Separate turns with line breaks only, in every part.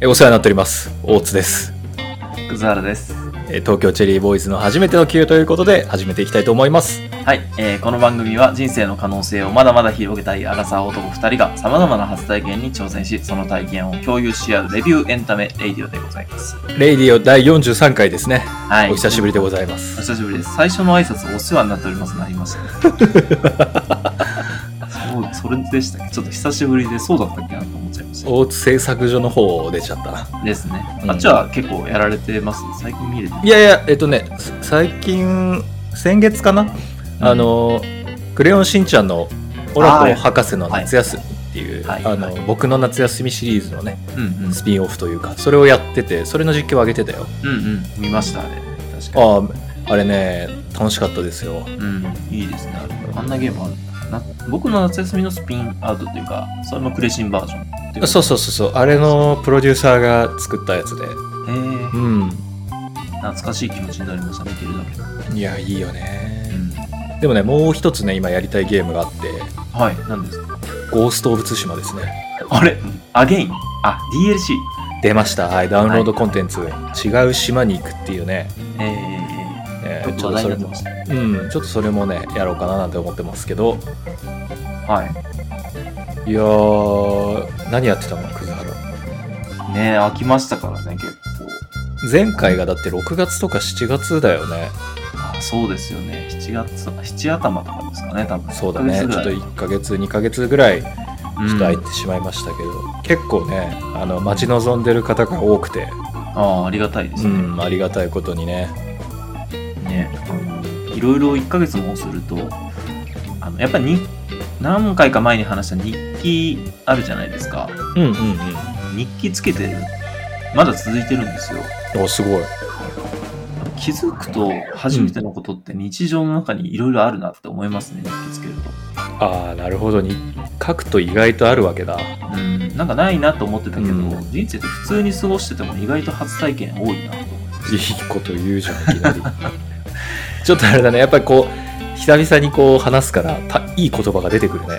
えお世話になっております大津です
くずはらです。
え東京チェリーボーイズの初めての球ということで始めていきたいと思います
はい、えーこの番組は人生の可能性をまだまだ広げたいアラサー男2人がさまざまな初体験に挑戦し、その体験を共有し合うレビューエンタメレイディオでございます。
レイディオ第43回ですね
はい。
お久しぶりでございま
お
す
久しぶりです。最初の挨拶お世話になっておりますなりました、そう、それでしたっけちょっと久しぶりでそうだったっけなと思っちゃいまし
大津製作所の方出ちゃったな
た。ですね。
うん
あっちは結構やられてます最近見れて
いやいやえっとねす最近先月かな、あ、のクレヨンしんちゃんのオラコ
あー
博士の夏休みっていう、
はい
あの
は
僕の夏休みシリーズのね
うんうん。
スピンオフというかそれをやっててそれの実況を上げてたよ
うんうん。見ました、あれ。確かに。
あああれね楽しかったですよ
うん、いいですね。あれあんなゲームあるんだな僕の夏休みのスピンアウトというか、それのクレシンバージョンっていうか。
そうそうそうそうあれのプロデューサーが作ったやつで
へえ
うん
懐かしい気持ちになりました、見てるだけで。
いやいいよね
うん
でもねもう一つね今やりたいゲームがあって
はい、何ですか
ゴースト・オブ・ツシマですね
あれアゲインあ、DLC。
出ましたはいダウンロードコンテンツ、違う島に行くっていうね、
ええ
え
え
ー
ー、
ち
ち
ょ
ょ
っ
っ
とそ
とそ
れ
れ
も
ましたね。
うんちょっとそれもねやろうかななんて思ってますけど
はい
やー何やってたのクズハロ
い。ねえ、飽きましたからね、結構。
前回がだって6月とか7月だよね
あそうですよね。7月、7頭とかですかね、多分。
そうだねちょ
1
っ
ヶ
と1ヶ
月ぐらい
月2ヶ月ぐらいちょっと空い
うん
てしまいましたけど、結構ねあの待ち望んでる方が多くて、
ああ、ありがたいです
う
ね。
ん、ありがたいことにね
ね、あのいろいろ1ヶ月もするとあのやっぱりに何回か前に話した日記あるじゃないですか
うんうん
日記つけてまだ続いてるんですよ
うんおすごい
気づくと初めてのことって日常の中にいろいろあるなって思いますね、日記つけると
ああなるほどに書くと意外とあるわけだ
うんなんかないなと思ってたけど、
うん
人生って普通に過ごしてても意外と初体験多いなと思います
いいこと言うじゃんいき なりちょっとあれだねやっぱりこう久々にこう話すからたいい言葉が出てくるね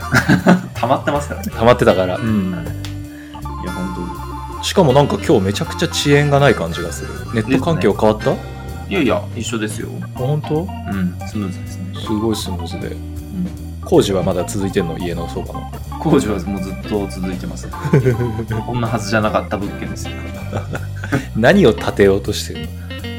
溜まってますからね
溜まってたから、
いや本
しかもなんか今日めちゃくちゃ遅延がない感じがするネット環境変わった、
当にいやいや一緒ですようん
あ本当
スムーズですね
すごいスムーズで、
ん
工事はまだ続いてんの家のそばの
工事はもうずっと続いてますこんなはずじゃなかった物件ですよ。
何を建てようとしてる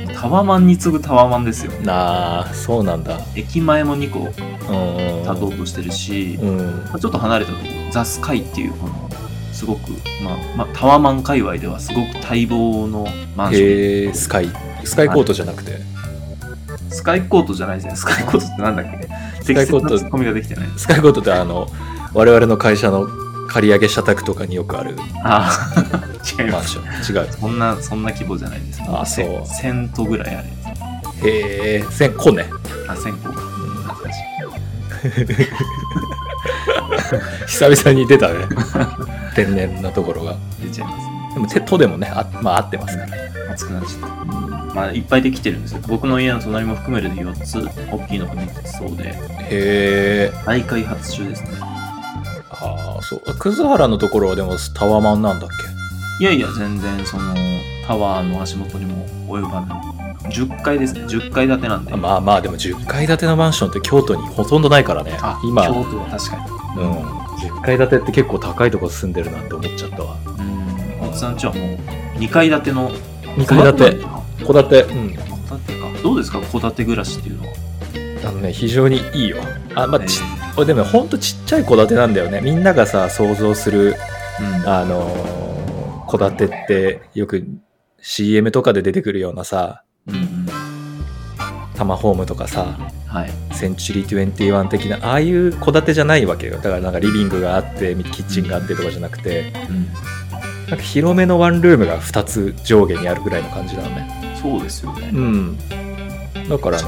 の
タワマンに次ぐタワマンですよ。
なあそうなんだ
駅前も2個建
うん
とうとしてるし、
うん
まあちょっと離れたところ、ザスカイっていうこの、すごく、まあ、まあ、タワマン界隈ではすごく待望のマンション。
へえスカイスカイコートじゃなくて
スカイコートじゃないですね。スカイコートってなんだっけ
スカ
適
イコ
切
ー
なツッ
ト
コミができてない。
スカイコートってあの我々の会社の借り上げ社宅とかによくある
ああ、違い
マ
ま
ン
す。
ション違う
そんな、そんな規模じゃないです。
あそう
1000とぐらいあるや
へえ千個ね
つ。あ、1000個か。懐かしい。
久々に出 たね天然なところが
出ちゃいますね。
でも手とでもねあまあ合ってますから
熱くなっちゃった。まあ、いっぱいできてるんですよ。僕の家の隣も含めるで4つ、大きいのができてそうで、
へえ
大開発中ですね。
ああそう葛原のところはでもタワマンなんだっ
いやいや、全然その、タワーの足元にも及ばない。10階ですね。10階建てなんで。
けまあまあでも10階建てのマンションって京都にほとんどないからね
あ、
今
京都は確か
うん、10階建てって結構高いとこ住んでるなって思っちゃったわ
に。うん。おつさんちはもう、2階建ての。
2階建て
あ
戸建てうん
戸建てか。どうですか戸建て暮らしっていうのは。
あのね非常にいいよあまあち
え
これでもほんとちっちゃい戸建てなんだよねみんながさ想像する
ーうん。
あのー戸建てってよく CM とかで出てくるようなさ
うんうん。
タマホームとかさ
はい。
センチュリー21的なああいう戸建てじゃないわけよだからなんかリビングがあってキッチンがあってとかじゃなくて
うん。
なんか広めのワンルームが2つ上下にあるぐらいの感じなのね
そうですよね。
う
うん
んだからね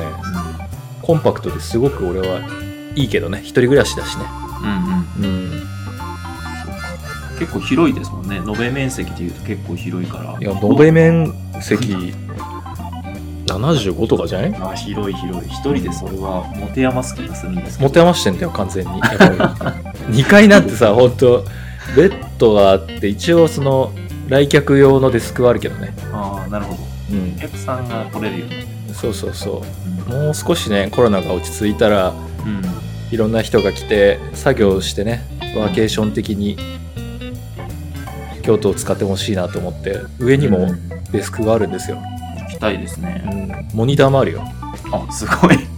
コンパクトですごく俺はいいけどね一人暮らしだしね
うんうん。
うん
結構広いですもんね延べ面積でいうと結構広いから
いや延べ面積75とかじゃない
まあ広い広い一人でそれは持て余す気がするんですけ
持
ど
て余してんだよ完全に2階なんてさ本当ベッドがあって一応その来客用のデスクはあるけどね。
ああ、なるほど。
うん
お。客さんが来れるように。
そうそうそう。もう少しね、コロナが落ち着いたら、
うん。
いろんな人が来て、作業してね、ワーケーション的に、京都を使ってほしいなと思って、上にも
うん行
デスクがあるんですよ。
きたいです
う
ね。
ん。モニターもあるよ。
あ、すごい。
うん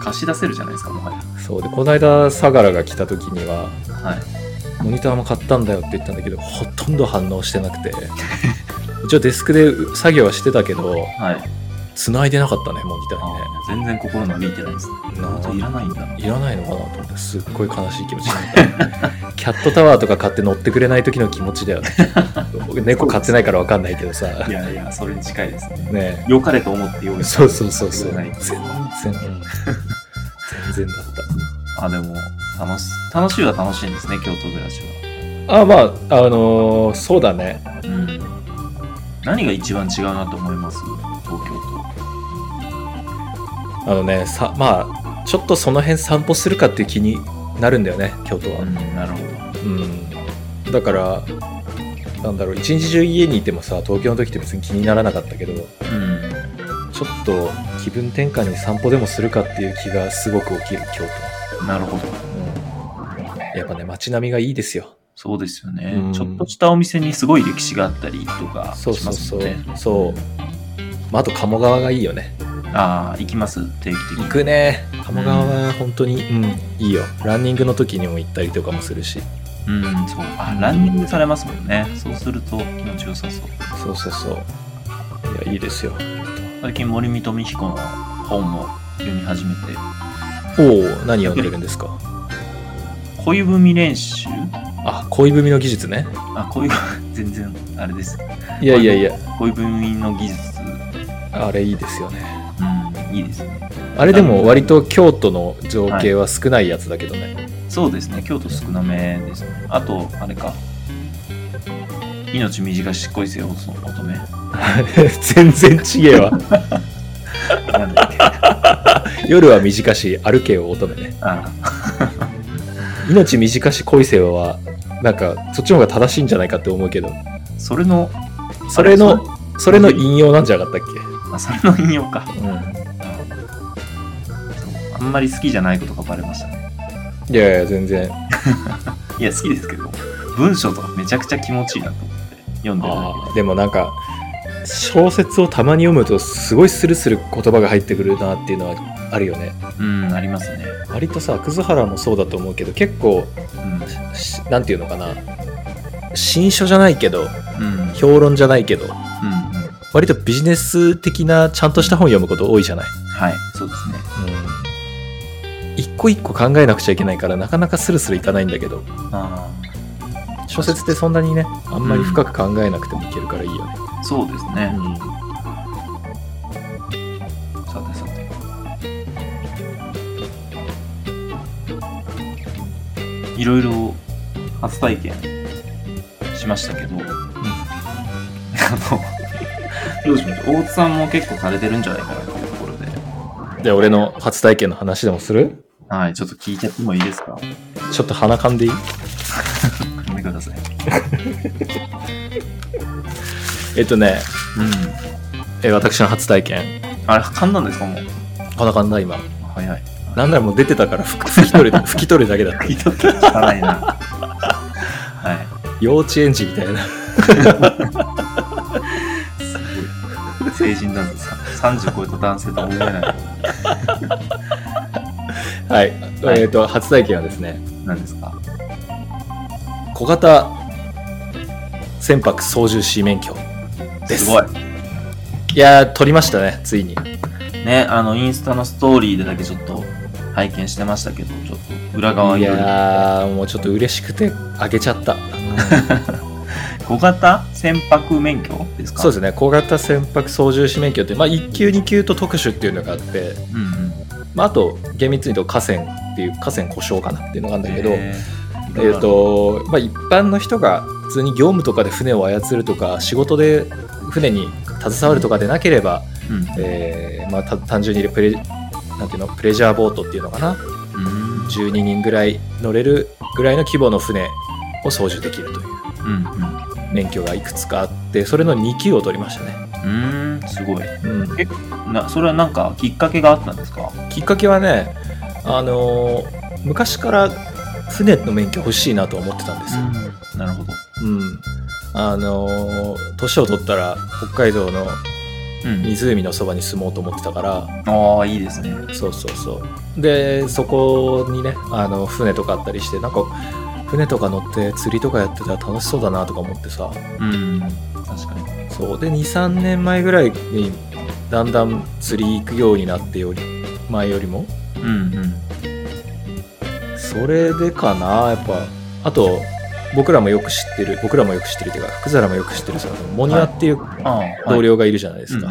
貸し出せるじゃないですか、もはや。
そうでこの間相良が来た時には
はい。
モニターも買ったんだよって言ったんだけどほとんど反応してな くて一応デスクで作業はしてたけど
はい。
繋いでなかったねモニタ
あ
ー
ー全然心伸びてないですね。
なあ
本当いらないんだな。
にねいらないのかなと思ってすっごい悲しい気持ちになった キャットタワーとか買って乗ってくれない時の気持ちだよね僕猫飼ってないから分かんないけどさ
いやいや、それに近いですね。
ね
良かれと思って用意した
そうそうそうそう
くれ
全
ない
然全然だっ
あ、でも、楽し、楽しいは楽しいんですね、京都暮らしは。
たあまああのーそうだね
うん。何が一番違うなと思います東京
あのねさまあちょっとその辺散歩するかっていう気になるんだよね京都
と。
は、
うん、なるほど。
うんだからなんだろう一日中家にいてもさ東京の時って別に気にならなかったけどち
うん。
ょっと気分転換に散歩でもするかっていう気がすごく起きる京
なるほど。
都、うん、やっぱね街並みがいいですよ
そうですよね、
うん
ちょっとしたお店にすごい歴史があったりとかし
そうそ
ま
う
す
そ
も
うん
ね。
そう、まあ、あと鴨川がいいよね
ああ、行きます定期的
行
に。
くね鴨川は本当にうん、いいよランニングの時にも行ったりとかもするし
うん、そう。あ、ランニングされますもんね。そうすると気持ちよさそう。
そうそうそういやいいですよ
最近森見富彦の本も読み始めて、
おお何読んでるんですか
恋文練習
あ恋文の技術ね
あ、恋文、 全然あれです。
いやいやいや
恋文の技術、
あれいいですよね
うん、いいですね。
あれでも割と京都の情景は少ないやつだけどね、
そうですね、京都少なめですね。あと、あれか。命短し恋せよ乙女。
全然ちげえ わ
なんだっけ
夜は短し歩けよ乙女ね
あ
命短し恋せよはなんかそっちの方が正しいんじゃないかって思うけど
それの、
それ
あ
の
れ
それの引用なんじゃなかったっ
あそれの引用か。
け、う
そうあんまり好きじゃないことがバレましたね。
ん、いやいや全然
いや、好きですけど、文章とかめちゃくちゃ気持ちいいなと思って読んでるだ
あーでもなんか小説をたまに読むとすごいスルスル言葉が入ってくるなっていうのはあるよね
け。うん、ありますね。
割とさ葛原もそうだと思うけど結構
うん。
しなんていうのかな新書じゃないけど
うん。うん。
評論じゃないけど
うん
割とビジネス的なちゃんとした本読むこと多いじゃない、
はい、そうですね。
一個一個考えなくちゃいけないからなかなかスルスルいかないんだけど
あ
小説ってそんなにねあんまり深く考えなくてもいけるからいいよね、
あ、そうですね。
うん
さてさて。いろいろ初体験しましたけど、あの、どうしましょう。大津さんも結構されてるんじゃないかなというところで。
で俺の初体験の話でもする
はい、ちょっと聞いちゃってもいいですか
ちょっと鼻かんでいい
読んでください。
えっとね、
うん。
え私の初体験
あれ、噛んだんですかもう。
鼻かんだ今
早い。
なんならもう出てたから拭き取る拭き取るだけだった
聞いとったら汚いな。は。
幼稚園児みたいない
すごい。成人だぞ。さ30超えた男性とは思えない。
はい、
はい
えっ、と初体験はですね
なんですか
小型船舶操縦士免許です
すごい。
いやー取りましたねついに
ね、あの、インスタのストーリーでだけちょっと拝見してましたけど、ちょっと裏側
い
による
やーもうちょっと嬉しくてあげちゃった、
小型船舶免許ですか。
そうですすね小型船舶操縦士免許って、まあ、1級2級と特殊っていうのがあって、
うんうん。
まあ、あと厳密に言うと河川っていう河川故障かなっていうのがあるんだけど、
え
えー、と、まあ、一般の人が普通に業務とかで船を操るとか仕事で船に携わるとかでなければ、
うん。
えーまあ、た単純にプレなんていうのプレジャーボートっていうのかな
うん
12人ぐらい乗れるぐらいの規模の船を操縦できるという
うん
免許がいくつかあってそれの2級を取りましたね、
うんうーんすごい
うん、
なそれはなんかきっかけがあったんですか
きっかけはねあのー昔から船の免許欲しいなと思ってたんですよ、
なるほど
うんあのー年を取ったら北海道の
うん
湖のそばに住もうと思ってたから
ああいいですね
そうそうそうでそこにねあの船とかあったりしてなんか船とか乗って釣りとかやってたら楽しそうだなとか思ってさ
うん確かに
そうで23年前ぐらいにだんだん釣り行くようになってより前よりも
うんうん
それでかなやっぱあと僕らもよく知ってる僕らもよく知ってるっていうか福皿もよく知ってるそのモニアっていう
ああ、
同
で
僚がいるじゃないですか、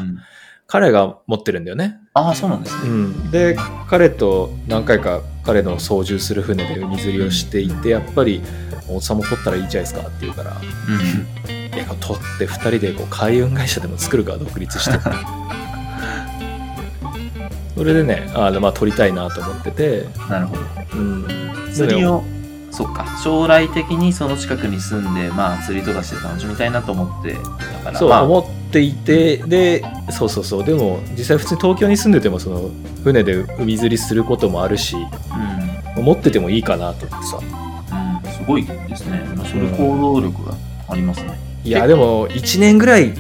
彼が持ってるんだよね、
ああそうなんですね
うん、で彼と何回か彼の操縦する船で海釣りをしていてやっぱり「大津さんも取ったらいいじゃないですか」って言うから「
うん
いや取って2人でこう海運会社でも作るから独立 して」それでねあの、まあ、取りたいなと思ってて、
なるほど
うん、
釣りをそっか将来的にその近くに住んでまあ釣りとかして楽しみたいなと思ってだから
そう
まあ、
思っていてでそうそうそうでも実際普通に東京に住んでてもその船で海釣りすることもあるし
うん
持っててもいいかなと思ってさ
うんすごいですねまあそれ行動力がありますね、
いやでも1年ぐらい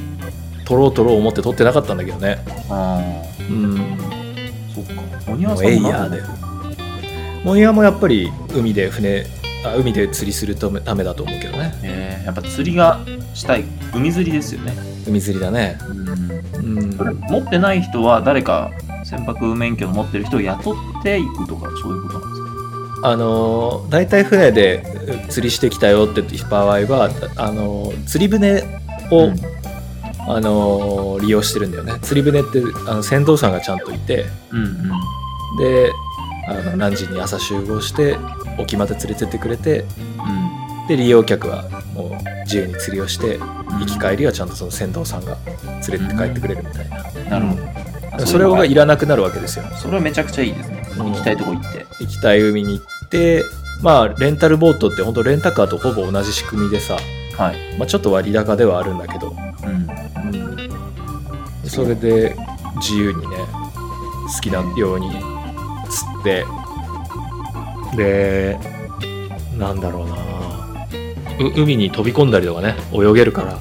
取ろう取ろう思って取ってなかったんだけどね
あ
うん
あそっかお庭
も
さ
うんエイ
も
ヤ
な
ー
ん
だよモニアもやっぱり海で船あ海で釣りするためためだと思うけどね
えーやっぱ釣りがしたい海釣りですよね、
海釣りだね
うん、
うん
持ってない人は誰か船舶免許を持ってる人を雇っていくとかそういうことなんですか
あのー大体船でう釣りしてきたよって場合はあのー釣り船を、
うん
あのー利用してるんだよね釣り船ってあの船頭さんがちゃんといて
うんうん
であの何時に朝集合して沖まで連れてってくれてで利用客はもう自由に釣りをして
うん
行き帰りはちゃんとその船頭さんが連れて帰ってくれるみたいな、
なるほど
それ
は
がいらなくなるわけですよ
それはめちゃくちゃいいですね
うん
行きたいとこ行って
行きたい海に行ってまあレンタルボートって本当レンタカーとほぼ同じ仕組みでさ、
はい、
まあ、ちょっと割高ではあるんだけど、
うん、
それで自由にね好きなように釣ってでなんだろうなう海に飛び込んだりとかね泳げるから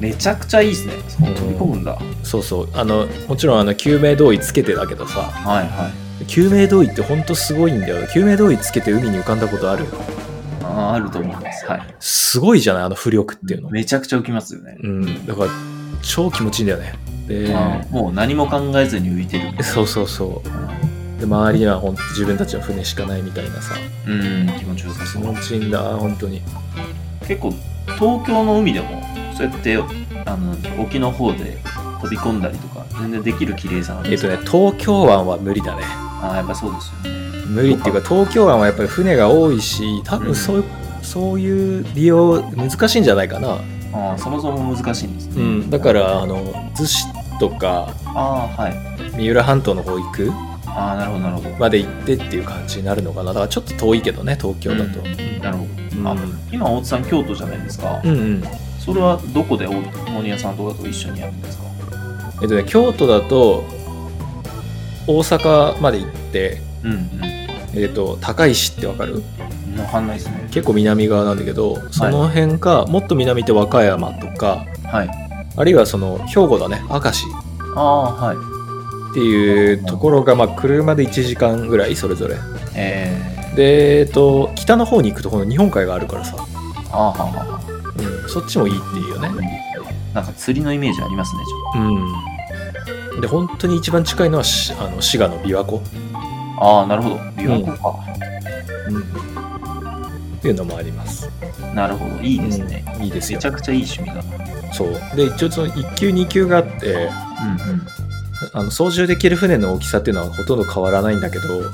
めちゃくちゃいいですねそこ飛び込むんだ、
そうそうあのもちろんあの救命胴衣つけてだけどさ
はいはい
救命胴衣ってほんとすごいんだよ救命胴衣つけて海に浮かんだことある
あーあると思いますはい
すごいじゃないあの浮力っていうの
めちゃくちゃ浮きますよね、
うんだから超気持ちいいんだよねで
あーもう何も考えずに浮いてる
そうそうそうで周りには本当自分たちの船しかないみたいなさ
うん気持ちよさ
気
そう
持ちいいんだ本当に
結構東京の海でもそうやってあの沖の方で飛び込んだりとか全然できる綺麗さなん
え
で
っ
す
と
よ
ね東京湾は無理だね
ああやっぱそうですよね
無理っていうか東京湾はやっぱり船が多いし多分そういう、そういう利用難しいんじゃないかな、
ああそもそも難しいんですね、
うん、だからあの逗子とか
ああはい
三浦半島の方行く
ああなるほどなるほど
まで行ってっていう感じになるのかなだからちょっと遠いけどね東京だと、
なるほど
うん
あ今大津さん京都じゃないですか、
うんうん
それはどこで大森屋さんとかと一緒にやるんですか
えっとね京都だと大阪まで行って
うんうん
えっ、と高石ってわかる
分かんないですね
結構南側なんだけどその辺か、もっと南って和歌山とか
はい
あるいはその兵庫だね明石
ああはい
っていうところが、まあ、車で1時間ぐらいそれぞれ
え
で、えっと北の方に行くとこの日本海があるからさ、
ー、ああはあは
うん、そっちもいいっていうよね
あなんか釣りのイメージありますねちょっ
うんで本当に一番近いのはしあの滋賀の琵琶湖、
とああなるほど琵琶湖か、
うん、っていうのもあります
なるほどいいですね、
うんいいです
め
よ
ちゃくちゃいい趣味だな
そうで一応その1級2級があって
うんうん
あの操縦できる船の大きさっていうのはほとんど変わらないんだけど
うん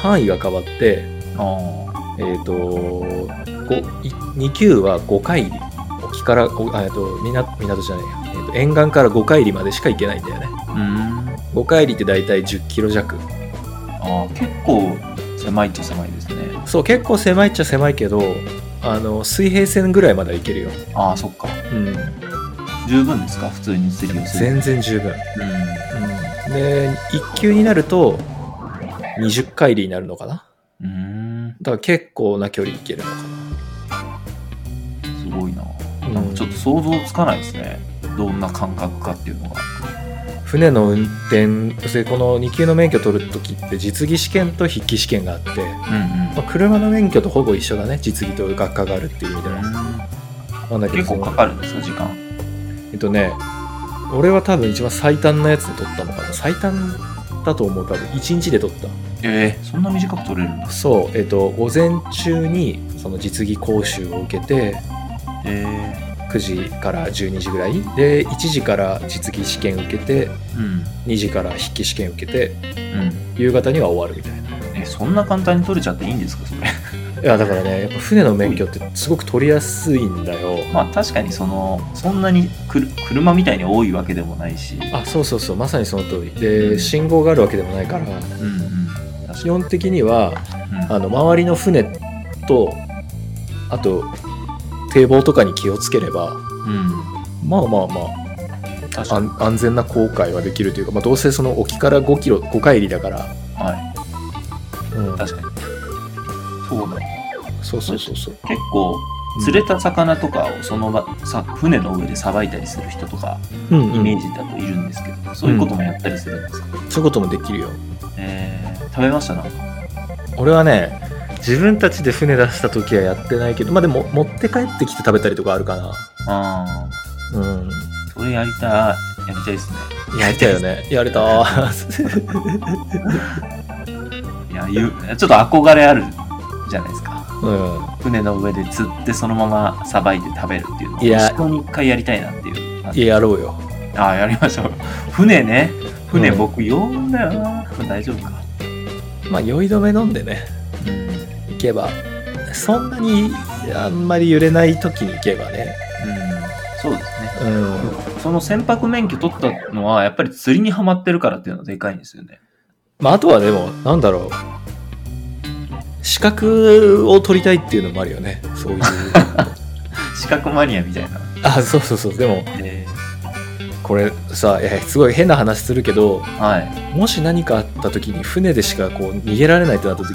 範囲が変わって
あ
えっ、と2級は5海里沖からおあえっと港港じゃないや、えーと沿岸から5海里までしか行けないんだよね
あうん
5海里って大体1 0キロ弱
ああ結構狭いっちゃ狭いですね
そう結構狭いっちゃ狭いけどああの水平線ぐらいまではいけるよ、
ああ、そっか。
うん、
十分ですか普通に釣りをする。
全然十分、
うん。
うん、で1級になると20回りになるのかな
うーん。
だから結構な距離いけるのか
すごいな。
うん
なんかちょっと想像つかないですね。どんな感覚かっていうの
な
が。
船の運転そしてこの2級の免許取るときって実技試験と筆記試験があって、
うんうん
まあ、車の免許とほぼ一緒だね実技と学科があるっていう意味では、なんだけど
結構かかるんですか時間。
えっとね俺は多分一番最短なやつで取ったのかな最短だと思う多分1日で取った
ええそんな短く取れるんだ。
そう、えっと、午前中にその実技講習を受けて
え
9時から12時ぐらいで1時から実技試験受けて
えうん。
2時から筆記試験受けて
うん。
夕方には終わるみたいな
え、そんな簡単に取れちゃっていいんですかそれ。
いやだからねやっぱ船の免許ってすごく取りやすいんだよ
まあ確かにその、そんなにくる車みたいに多いわけでもないし。
あそうそうそうまさにその通りで信号があるわけでもないから
うんうん。確
基本的には
か
あの周りの船とあと堤防とかに気をつければ
に。うん。
まあまあまあ
確かに。
安安全な航海はできるというか、まあ、どうせその沖から5キロ5海里だから、
はい。
うん、
確かに。そうだね。
そうそうそうそう
結構釣れた魚とかをその場さ船の上でさばいたりする人とか
うんうん
イメージだといるんですけど、そういうこともやったりするんですか、
そういうこともできるよ
えー食べましたな
俺はね自分たちで船出した時はやってないけどまあでも持って帰ってきて食べたりとかあるかな
あー
うん
それやりたいやりたいですね
やりたいよねやれた
いやゆちょっと憧れあるじゃないですか
うん
船の上で釣ってそのままさばいて食べるっていうのを
いや
一生に一回やりたいなっていう
いややろうよ
ああやりましょう船ね船
うん
僕呼んだよな、大丈夫か、
まあ酔い止め飲んでね
うん
行けばそんなにあんまり揺れない時に行けばね
そうですね
うん
その船舶免許取ったのは、やっぱり釣りにはまってるからっていうのはでかいんですよね。
まあ、あとはでも、なんだろう。資格を取りたいっていうのもあるよね。そういう。
資格マニアみたいな。
あ、そうそうそう。でも、
で
これさ、いやすごい変な話するけど、
はい。
もし何かあった時に船でしかこう逃げられないってなった時、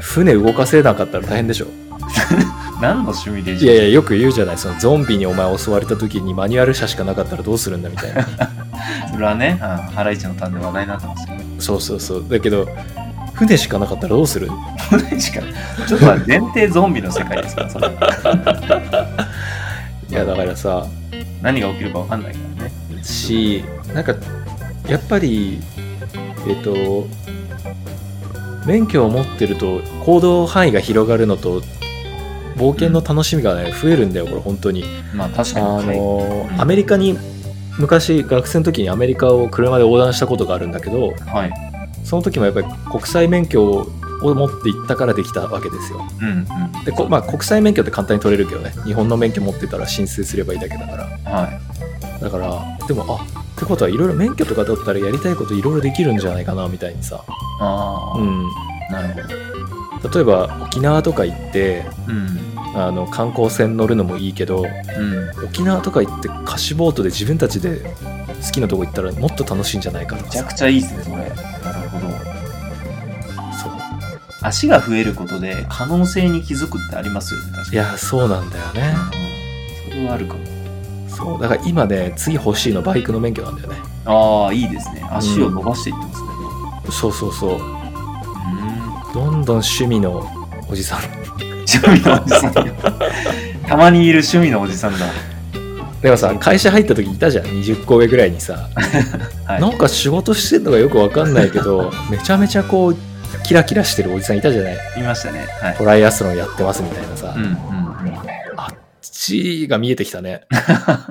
船動かせなかったら大変でしょ。
何のシミュレー
い
シ
や
ョン
いや、よく言うじゃない。そのゾンビにお前襲われた時にマニュアル車しかなかったらどうするんだみたいな。
それはね、うんハライチのターンで話題になってますけど。
そうそうそう。だけど、船しかなかったらどうする
船しか、ちょっと前提ゾンビの世界ですから、それ
いや、だからさ、
何が起きるか分かんないからね。
しなんかやっぱりえっ、と免許を持ってると行動範囲が広がるのと冒険の楽しみがね増えるんだよこれ本当に
まあ確
あ
かに。
の
うん
アメリカに昔学生の時にアメリカを車で横断したことがあるんだけど
はい。
その時もやっぱり国際免許を持って行ったからできたわけですよ
うんうん。
でこ、まあ、国際免許って簡単に取れるけどね日本の免許持ってたら申請すればいいだけだから
は
だからでもあってことはいろいろ免許とか取ったらやりたいこといろいろできるんじゃないかなみたいにさ、
い。ああ、
うん、
なるほど。
例えば沖縄とか行って
うん。
あの観光船乗るのもいいけど
うん。
沖縄とか行って貸しボートで自分たちで好きなとこ行ったらもっと楽しいんじゃないかと
め
か
ちゃ
さ
くちゃいいですね、それ。なるほど。
そう
足が増えることで可能性に気づくってありますよね、確かに。
いやそうなんだよね
それはあるかも。
そうだから今ね次欲しいのバイクの免許なんだよね
ああ、いいですね。足を伸ばしていってますね。
そうそうそう
う
どんどん趣味のおじさん
ん。趣味のおじさん。たまにいる趣味のおじさんだ。
でもさ会社入った時いたじゃん20個上ぐらいにさ
はい。
なんか仕事してんのがよくわかんないけ ど、めちゃめちゃこう、キラキラしてるおじさんいたじゃない
見ましたね。はい。
トライアスロンやってますみたいなさ、
うんうん
父が見えてきた ね。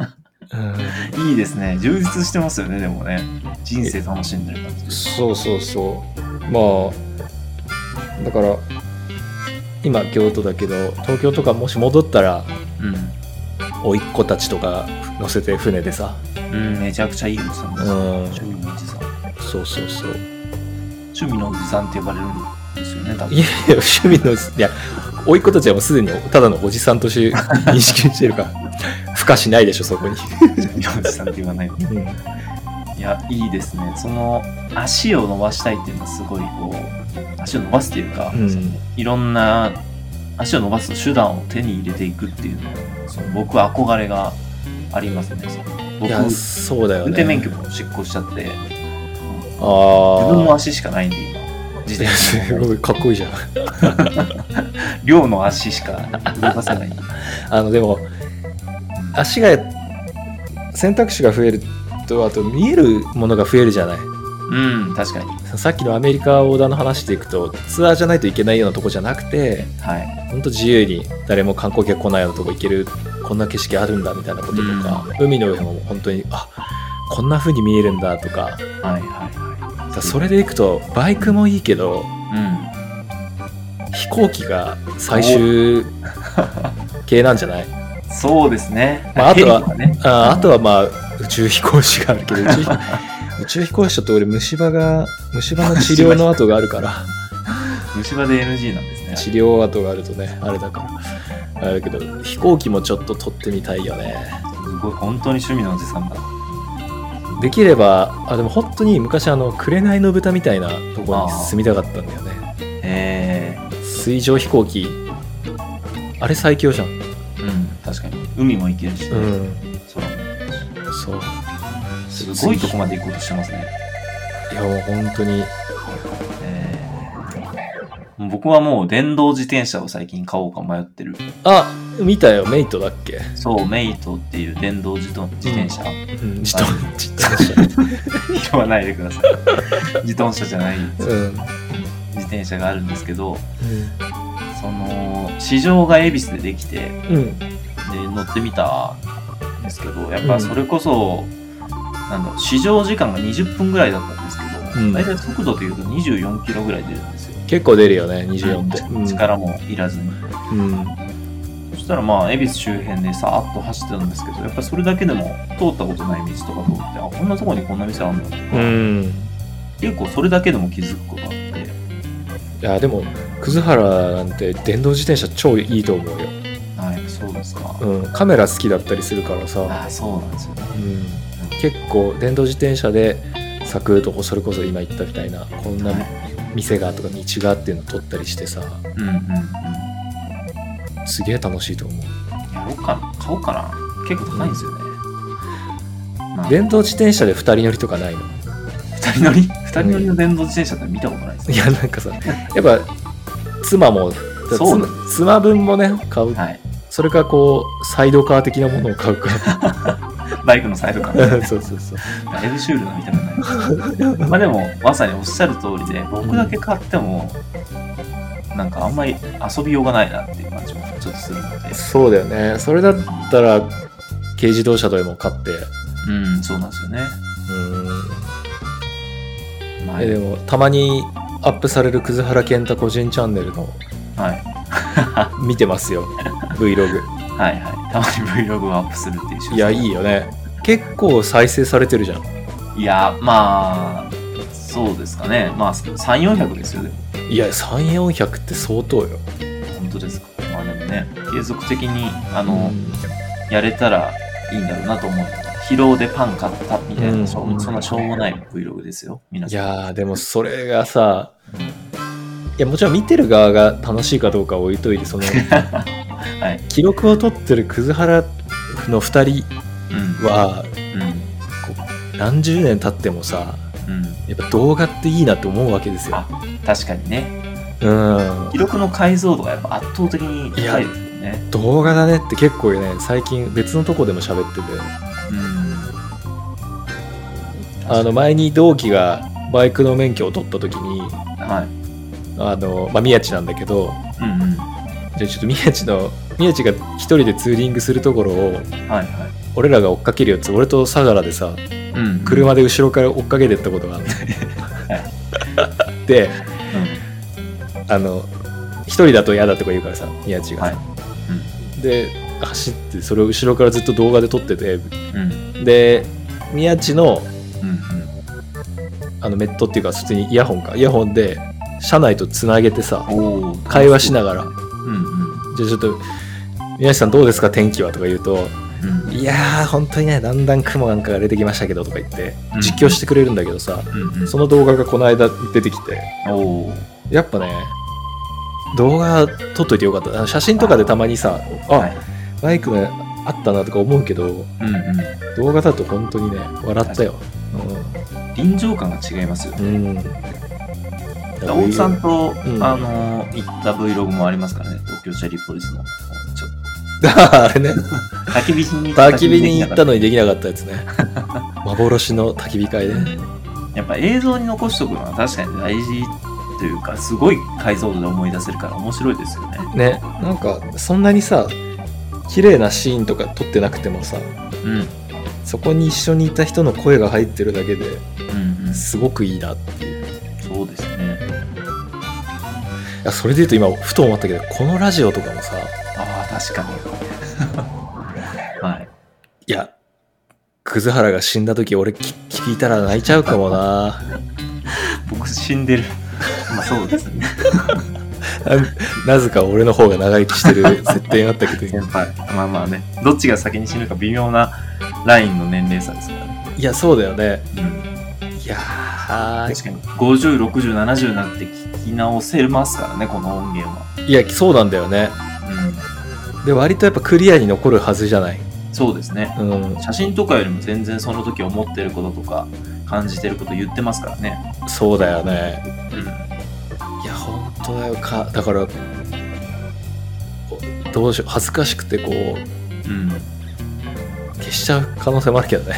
う
うん。いいですね。充実してますよね、でもね。人生楽しんでる感
ん、
じ。
そうそうそう。まあ、だから、今京都だけど、東京とかもし戻ったら、
う
甥っ子たちとか乗せて船でさ、
ん。うん、めちゃくちゃいいおじさん
う
です。
ん、
趣味のおじさん。
そうそうそう。
趣味のおじさんって呼ばれるんですよね、多
いや
分
い。や、趣味の、いや、甥いっ子たちはもうすでにただのおじさんとして認識してる から、付加しないでしょ、そこに。
山地さんって言わな いよね
うん
いや、いいですね。その、足を伸ばしたいっていうのはすごい、こう、足を伸ばすっていうか、
うん
そのいろんな、足を伸ばす手段を手に入れていくっていうのはその僕は憧れがありますね。その
い
僕、
や、そうだよ
運
ね。
転免許も執行しちゃって、自分の
ああ。
足しかないんで、今、自
いや
転
す
車
ごいかっこいいじゃん。
両の足しか動かせない。
あの、でも、足が、選択肢が増えると、あと見えるものが増えるじゃない。
うん、確かに。
さっきのアメリカ横断の話でいくと、ツアーじゃないといけないようなとこじゃなくて、
はい。
ほんと自由に誰も観光客来ないようなとこ行けるこんな景色あるんだみたいなこととか、海の上も本当にあこんな風に見えるんだとか
はい、はい、は
だからそれで行くとバイクもいいけど
い。うん。
飛行機が最終系なんじゃない
そうですね。
まああとは
ヘリね、
あーあとはまあ宇宙飛行士があるけど宇宙飛宇宙飛行士ちょっと俺虫歯が虫歯の治療の跡があるから
虫歯で NG なんですね。
治療跡があるとねあれだからあれだけど飛行機もちょっと撮ってみたいよね
すごい、本当に趣味のおじさんだ。
できればあでも本当に昔あの「紅の豚」みたいなところに住みたかったんだよね
え
水上飛行機あれ最強じゃん
ー、うん、確かに。海も行けるし、
うん
空も行ける
そう
し。すごいとこまで行こうとしてますね。
いやもう本当に
えー、僕はもう電動自転車を最近買おうか迷ってる。
あ見たよメイトだっけ、
そう、メイトっていう電動自動自転車。
うん、自動自転車
言わないでください。自動車じゃな い
うん
自転車があるんですけど、その、市場が恵比寿でできて、
うん
で乗ってみたんですけどやっぱそれこそ、なんだろう試乗時間が20分ぐらいだったんですけど、
うん
大体速度というと24キロぐらい出るんですよ
結構出るよね24って、うん
力もいらずに、
うん
そしたらまあ恵比寿周辺でさーっと走ってたんですけどやっぱそれだけでも通ったことない道とか通ってあこんなとこにこんな店あるんだと
う
か、
ん
結構それだけでも気づくことあって
いやでも葛原なんて電動自転車超いいと思うよ、
あーやっぱそうですか、
うん、カメラ好きだったりするからさ、
ああそうなんですよね
うん、結構電動自転車でサクッとこうそれこそ今言ったみたいなこんな
はい
店がとか道がっていうのを撮ったりしてさ
うんうんうん
すげえ楽しいと思う
やろうかな買おうかな結構高いんですよね、まあ
電動自転車で2人乗りとか ないの
二人乗り二人乗りの電動自転車って見たことないです
い
ね。
やなんかさやっぱ妻も
そうね
妻妻分もね買う
はい。
それかこうサイドカー的なものを買うか
バイクのサイドカ ー。
そうそうそう
だいぶシュールな見た目にな る。まあでも、まさにおっしゃる通りで、僕だけ買っても、なんかあんまり遊びようがないなっていう感じもちょっとするので。
そうだよねそれだったら軽自動車とかも買って
うん、そうなんですよね。
うん
まあ、
えでもたまにアップされる葛原健太個人チャンネルの
はい。
見てますよ Vlog
はいはい。たまに Vlog をアップするっていう習性
いやいい。よね結構再生されてるじゃん
いや、まあ、そうですかね。まあ、3、400ですよ、でも。
いや3400って相当よ
本当ですか。まあでもね、継続的に、あの、
うん
やれたらいいんだろうなと思う。疲労でパン買ったみたいな、
うん
そそんなしょうもない Vlog ですよ、皆
い
さん。
やーでもそれがさいやもちろん見てる側が楽しいかどうかは置いといて その
はい。
記録を取ってる葛原の2人
うん。
は
うん。
何十年経ってもさ
うん。
やっぱ動画っていいなと思うわけですよ
あ確かにね。
うん
記録の解像度がやっぱ圧倒的に高いですよね。
動画だねって結構ね最近別のとこでも喋ってて
うん。
あの前に同期がバイクの免許を取った時に
はい。
あの、まあ、宮地なんだけど
うんうん。
じゃあちょっと宮地の宮地が一人でツーリングするところを
はいは
俺らが追っかけるやつ俺と相良でさ
い。うん。
車で後ろから追っかけてったことがあってで
う
あの一人だと嫌だとか言うからさ宮地
ん。
が、
はい。
で走ってそれを後ろからずっと動画で撮ってて
うん。うん。
で宮地の
うん。
あのメットっていうか普通にイヤホンかイヤホンで社内とつなげてさ
おー
会話しな
が
がら
ら。うんうん。
じゃあちょっと宮下さんどうですか天気はとか言うと
うん
いやー本当にねだんだん雲なんかが出てきましたけどとか言って
うん
実況してくれるんだけどさ、
うんうん。
その動画がこの間出てきて
おー
やっぱね動画撮っといてよかったあの写真とかでたまにさあ、
はい
マイクがあったなとか思うけど
うんうん。
動画だと本当にね笑ったよ、
臨場感が違いますよね。
うんうん、
大津さんと、
うん
あの行った Vlog もありますからね、東京チャリポリスの。ちょっ
あ れね
と焚き火しに
焚き火に行った
の。
のにできなかったやつね 幻の焚き火会でね
やっぱ映像に残しとくのは確かに大事というか、すごい解像度で思い出せるから面白いですよね。
ねなんかそんなにさ綺麗なシーンとか撮ってなくてもさ
うん。うん
そこに一緒にいた人の声が入ってるだけで
うん。
すごくいいなっていう
そうですね。
いやそれで言うと今ふと思ったけどこのラジオとかもさ
ああ、確かに。はい。
いや葛原が死んだ時俺き聞いたら泣いちゃうかもな
僕死んでる。まあそうですね。
なぜか俺の方が長生きしてる設定になったけど
先輩。まあまあね。どっちが先に死ぬか微妙なラインの年齢差ですからね。
いやそうだよね
うん。
いやー
確かに50、60、70になって聞き直せますからね、この音源は。
いやそうなんだよね
う
で割とやっぱクリアに残るはずじゃない
ん、そうですね。
うん
写真とかよりも全然その時思ってることとか感じてること言ってますからね。
そうだよね
うん、
いや本当だよかだからこうどうしよう恥ずかしくてこう
うん、
消しちゃう可能性もあるけ どね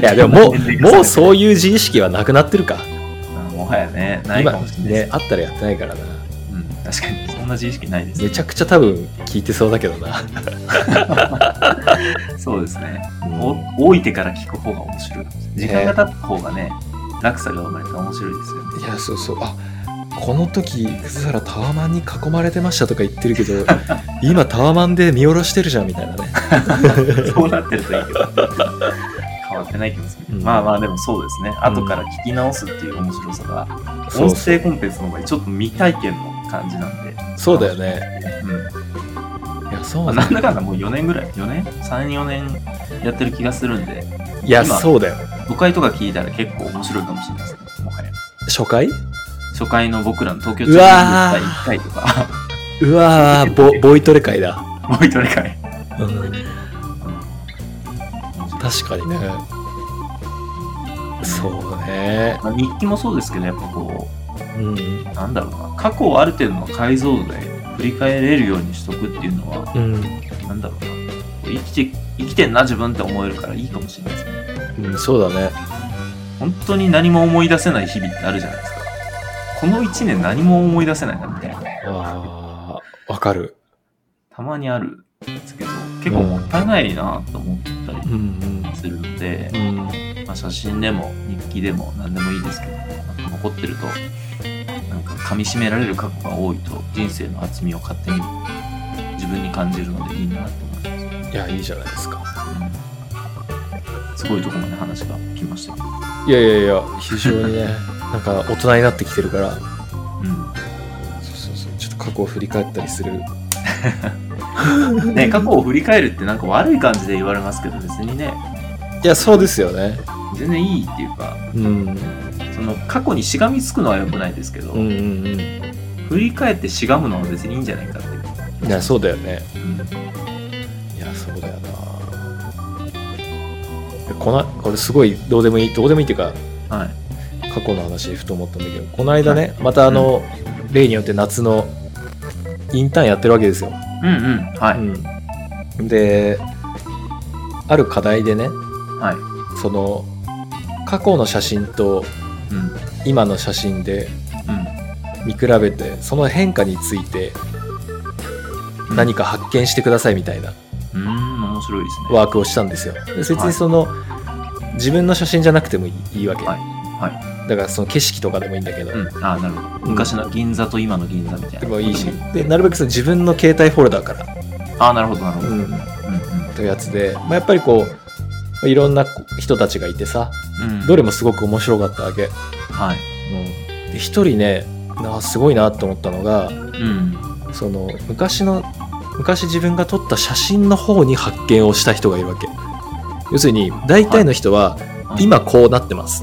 いやでももうもうそういう自意識はなくなってるか
あもはやね、ない
今
かもしれないで
ね
す。
あったらやってないからな
うん、確かにそんな自意識ないです。
めちゃくちゃ多分聞いてそうだけどな、
そうですね。
うん
お置いてから聞く方が面白いかもしれない。時間
ね
が経った方がね、落差が生まれて面白いですよ
い
ね。
やそうそうあこの時葛原タワマンに囲まれてましたとか言ってるけ ど今タワマンで見下ろしてるじゃんみたいなね
そうなってるといいけど。変わってない気もするけど、
うん
まあまあでもそうですね。後から聞き直すっていう面白さが、
そう
音声コンテンツの方がちょっと未体験の感じなんで。
そうだよね
うん。
いやそう
まあ、
な
なんんだかんだもう4年ぐらい ?4 年 ?3、4年やってる気がするんで、
いや
今
そうだよ
5回とか聞いたら結構面白いかもしれないですね。もはや。
初回
初回の僕らの東京
う
の
わー
1回とか、
うわーボボイトレ会だ、
もう一人回。
うん、
面白い
確かにねそうね
まあ、日記もそうですけど、やっぱこう、
うん
なんだろうな、過去をある程度の解像度で振り返れるようにしとくっていうのは、
うん、
なんだろうな、生きて、生きてんな、自分って思えるからいいかもしれないですね。
うん、そうだね
本当に何も思い出せない日々ってあるじゃないですか。この1年何も思い出せないな、みたいな。
あーわかる
たまにあるんですけど、結構もったいないなと思った
う
り
ん
するので
うん、うん
まあ、写真でも日記でも何でもいいですけど、なんか残ってると、なんか噛み締められる過去が多いと、人生の厚みを勝手に自分に感じるのでいいなって思います。
いやいいじゃないですか
すごいとこまで話が来ましたけど。
いやいやいや非常にね なんか大人になってきてるからそうそうそうちょっと過去を振り返ったりする
うん、 ね過去を振り返るってなんか悪い感じで言われますけど別にね
いやそうですよね
全然いいっていうか
うん
その過去にしがみつくのは良くないですけど、
うんうんうんい
振り返ってしがむのは別にいいんじゃないかっていう、
やそうだよね
うん
いやそうだよなこなこれすごいどうでもいいどうでもいいっていうか
はい
過去の話でふと思ったんだけどこの間ねまたあの、例によって夏のインターンやってるわけですよ、
うんうんはい、
うん、である課題でね
はい
その過去の写真と
うんうん
今の写真で見比べてその変化について
うん
何か発見してくださいみたいな
うーん面白いですね
ワークをしたんですよ。で別
は
に
い
その、自分の写真じゃなくてもいいいいわけ、
はい
だからその景色とかでもいいんだけど、
うんああなるほど
うん
昔の銀座と今の銀座みたいな
でもいいしでなるべくその自分の携帯フォルダから、
ああなるほどなるほど、うん
ん、というやつで、まあ、やっぱりこうまあいろんな人たちがいてさ
うんうん
どれもすごく面白かったわけ、
はい
で一人ねあすごいなと思ったのが
うん。
その昔の昔自分が撮った写真の方に発見をした人がいるわけ要するに大体の人は
うん、
今こうなってます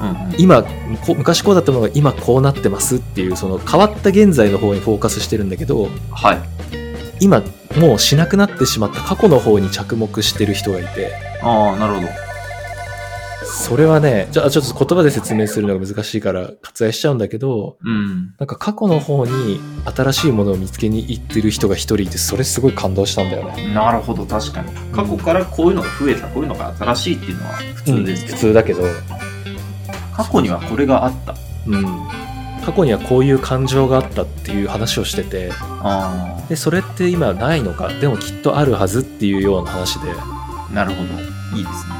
うんうん、
今こ昔こうだったものが今こうなってますっていうその変わった現在の方にフォーカスしてるんだけど
はい。
今もうしなくなってしまった過去の方に着目してる人がいて
ああ、なるほど。
それはねじゃあちょっと言葉で説明するのが難しいから割愛しちゃうんだけど
うん。
なんか過去の方に新しいものを見つけに行ってる人が一人いてそれすごい感動したんだよね。
なるほど、確かに。過去からこういうのが増えた、こういうのが新しいっていうのは普通ですけ
普
ど、
通だけど、
過去にはこれがあった。
うん、過去にはこういう感情があったっていう話をしてて
あ
でそれって今ないのかでもきっとあるはずっていうような話で
あ、なるほど。いいですね。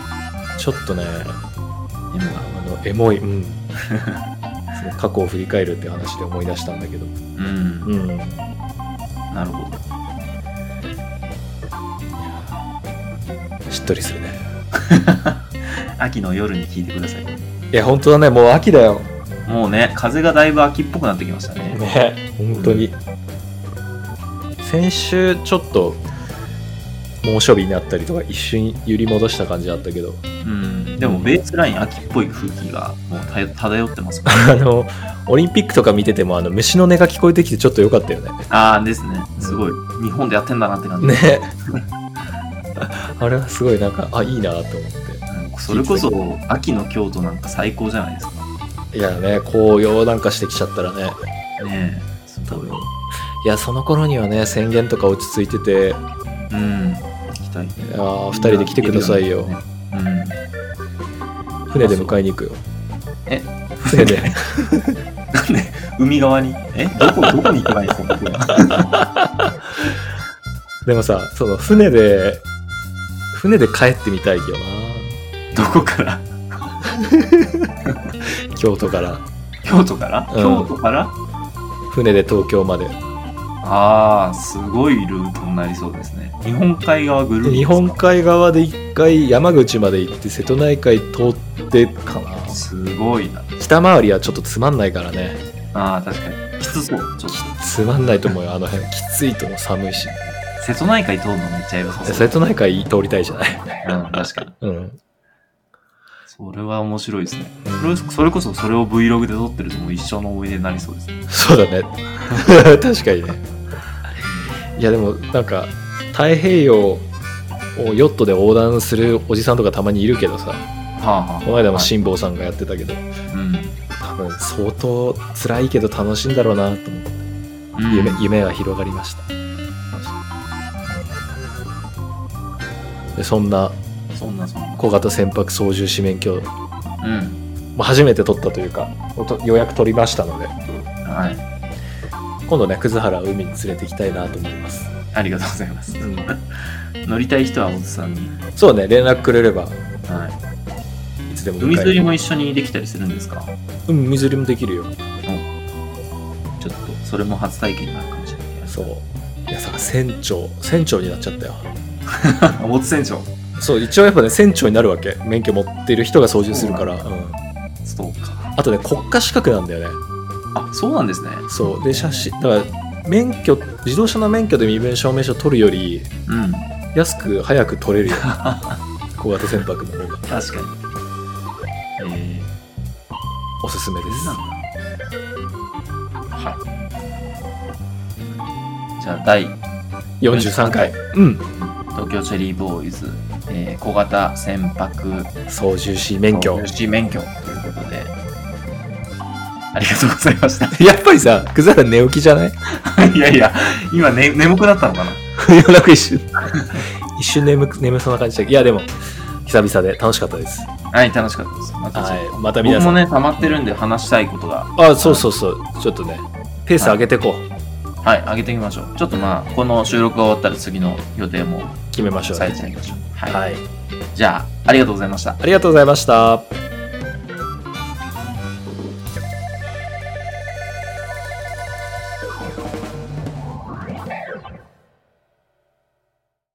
ちょっとね
夢
あ
が。
のエモい、 うん、その過去を振り返るって話で思い出したんだけど、
うん。
うん、
なるほど。
しっとりするね
秋の夜に聞いてください。
いや本当だねもう秋だよ
もうね、風がだいぶ秋っぽくなってきましたね。
ね本当に、先週ちょっと猛暑日になったりとか一瞬揺り戻した感じだったけど
うん。でも、ベースライン秋っぽい空気がもう漂漂ってますから。
あのオリンピックとか見ててもあの虫の音が聞こえてきてちょっと良かったよね
ああ、ですね。すごい。日本でやってんだなって感じ。
ね あれはすごいなんかあいいなと思っ
うんそれこそ、秋の京都なんか最高じゃないですか。
ていやね紅葉なんかしてきちゃったらね
ねえ。すごい。
いやその頃にはね宣言とか落ち着いててい
うん。行きたい。
やー2人で来てくださいよ
うん。
船で迎えに行くよ
え
船で
なんで、海側に。えどこ、どこに行けばいいんですか僕 は
でもさその船で船で帰ってみたいよ
どこから
な京都から
京都から、
うん
京都から
船で東京まで
ああ、すごいルートになりそうですね。日本海側ぐるりです
日
か
本海側で一回山口まで行って瀬戸内海通ってかな
すごいな。
北回りはちょっとつまんないからね
ああ、確かに。きつそう。ちょっと。
つまんないと思うよあの辺きついと思う寒いし
瀬戸内海通るのめっちゃ良さそう。
瀬戸内海通りたいじゃない
うん、確かに。
うん
それは面白いですね。それそれこそそれを Vlog で撮ってるともう一生の思い出になりそうですね。
そうだね 確かにねいやでもなんか太平洋をヨットで横断するおじさんとかたまにいるけどさ
はあはあ。
この間も
し、
辛坊さんがやってたけど、多分相当辛いけど楽しいんだろうなと思って
うん。
夢,、
うん
夢が広がりましたでそんな
そんなそんな。
小型船舶操縦士免許を
うん。
まあ初めて取ったというかおと予約取りましたので
はい。
今度ね葛原を海に連れて行きたいなと思います、
ありがとうございます。乗りたい人はおずさんに。
そうね連絡くれれば
はい
つでも
い。海釣り
も
も一緒にできたりするんですか
うん海釣りもできるよ
ちょっと、それも初体験になるかもしれない。
そう いやさ船長船長になっちゃったよ
大津船長。
そう一応やっぱね船長になるわけ免許持ってる人が操縦するから、うん
そうか。
あとね国家資格なんだよね
あ、そうなんですね。
そうで写真だから免許自動車の免許で身分証明書取るより
うん。
安く早く取れる よ小型船舶の方が
確かに。えー、
おすすめで
そ
す
うなんだ。はい。じゃあ、第
43回うん
東京チェリーボーイズ、えー小型船舶
操縦士免許
有志免許ということで、ありがとうございました。
やっぱりさくざら寝起きじゃない い
いやいや、今、ね、眠くなったのかな
やなんか一瞬 一瞬眠く眠そうな感じだけどいやでも久々で楽しかったです
はい、楽しかったです。また、
はいまた皆
僕
さ
も
ん、
ね、溜まってるんで話したいことが、
あそうそうそうちょっとねペース上げてこう、
はい、上げていきましょう。ちょっとまあ、この収録が終わったら次の予定も
決めましょう
伝え
ね
ていきましょう。はい。
はい
じゃあ、ありがとうございました。
ありがとうございました